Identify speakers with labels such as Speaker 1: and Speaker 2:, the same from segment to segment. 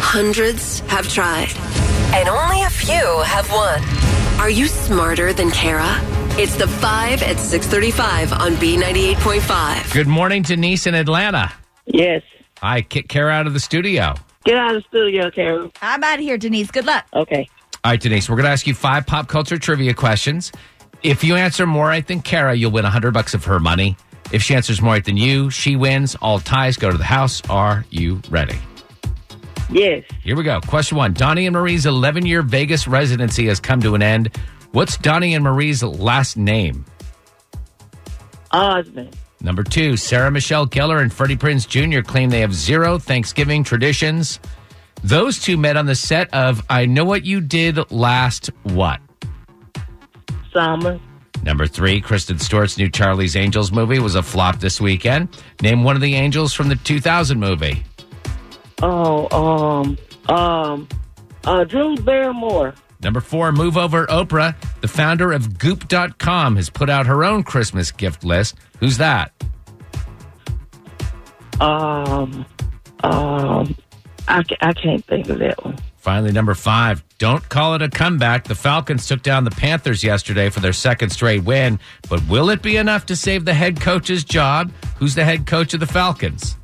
Speaker 1: Hundreds have tried, and only a few have won. Are you smarter than Kara? It's the 5 at 635 on B98.5.
Speaker 2: Good morning, Denise in Atlanta.
Speaker 3: Yes.
Speaker 2: I kick Kara out of the studio.
Speaker 3: Get out of the studio, Carol.
Speaker 4: I'm out of here, Denise. Good luck.
Speaker 3: Okay.
Speaker 2: All right, Denise, we're going to ask you five pop culture trivia questions. If you answer more right than Kara, you'll win 100 bucks of her money. If she answers more right than you, she wins. All ties go to the house. Are you ready?
Speaker 3: Yes.
Speaker 2: Here we go. Question one Donnie and Marie's 11 year Vegas residency has come to an end. What's Donnie and Marie's last name?
Speaker 3: Osmond.
Speaker 2: Number two, Sarah Michelle Gellar and Freddie Prinze Jr. claim they have zero Thanksgiving traditions. Those two met on the set of I Know What You Did Last What?
Speaker 3: Summer.
Speaker 2: Number three, Kristen Stewart's new Charlie's Angels movie was a flop this weekend. Name one of the angels from the 2000 movie.
Speaker 3: Oh, um, um, uh, Drew Barrymore.
Speaker 2: Number four, move over Oprah, the founder of Goop.com, has put out her own Christmas gift list. Who's that?
Speaker 3: Um, um, I, ca- I can't think of that one.
Speaker 2: Finally, number five, don't call it a comeback. The Falcons took down the Panthers yesterday for their second straight win, but will it be enough to save the head coach's job? Who's the head coach of the Falcons?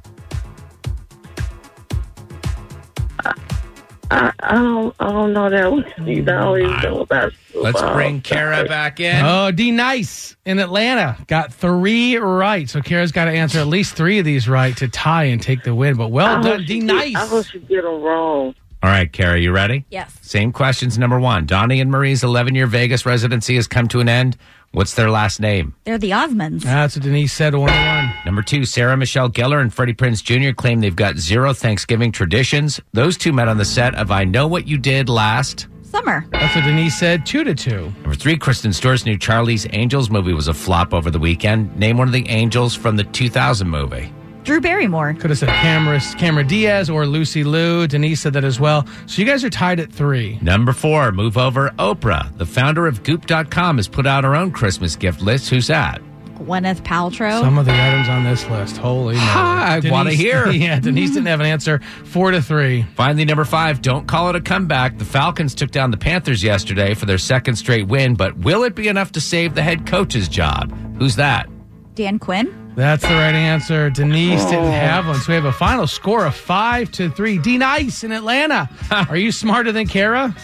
Speaker 3: I, I don't, I don't know that one. either. I always know about.
Speaker 2: Let's
Speaker 3: football.
Speaker 2: bring Kara back in.
Speaker 5: Oh, D Nice in Atlanta got three right. So Kara's got to answer at least three of these right to tie and take the win. But
Speaker 3: I
Speaker 5: well
Speaker 3: hope
Speaker 5: done,
Speaker 3: she
Speaker 5: D
Speaker 3: get- I
Speaker 5: Nice.
Speaker 3: hope she get them wrong.
Speaker 2: All right, Kara, you ready?
Speaker 4: Yes.
Speaker 2: Same questions. Number one, Donnie and Marie's 11 year Vegas residency has come to an end. What's their last name?
Speaker 4: They're the Osmonds.
Speaker 5: That's what Denise said. One one.
Speaker 2: Number two, Sarah Michelle Gellar and Freddie Prince Jr. claim they've got zero Thanksgiving traditions. Those two met on the set of I Know What You Did Last.
Speaker 4: Summer.
Speaker 5: That's what Denise said. Two to two.
Speaker 2: Number three, Kristen Stewart's new Charlie's Angels movie was a flop over the weekend. Name one of the angels from the 2000 movie.
Speaker 4: Drew Barrymore.
Speaker 5: Could have said Camera Camera Diaz or Lucy Liu. Denise said that as well. So you guys are tied at three.
Speaker 2: Number four, move over Oprah. The founder of Goop.com has put out her own Christmas gift list. Who's that?
Speaker 4: Gwyneth Paltrow.
Speaker 5: Some of the items on this list. Holy moly.
Speaker 2: I wanna
Speaker 5: Denise-
Speaker 2: hear.
Speaker 5: yeah, Denise didn't have an answer. Four to three.
Speaker 2: Finally, number five, don't call it a comeback. The Falcons took down the Panthers yesterday for their second straight win, but will it be enough to save the head coach's job? Who's that?
Speaker 4: Dan Quinn.
Speaker 5: That's the right answer. Denise didn't have one, so we have a final score of five to three. D Nice in Atlanta. Are you smarter than Kara?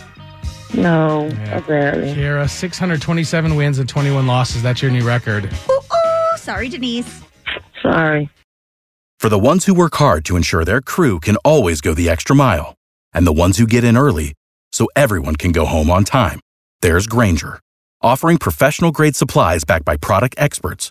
Speaker 3: No, apparently.
Speaker 5: Kara, six hundred twenty-seven wins and twenty-one losses. That's your new record.
Speaker 4: Ooh, ooh. Oh, Sorry, Denise.
Speaker 3: Sorry.
Speaker 6: For the ones who work hard to ensure their crew can always go the extra mile, and the ones who get in early so everyone can go home on time, there's Granger, offering professional grade supplies backed by product experts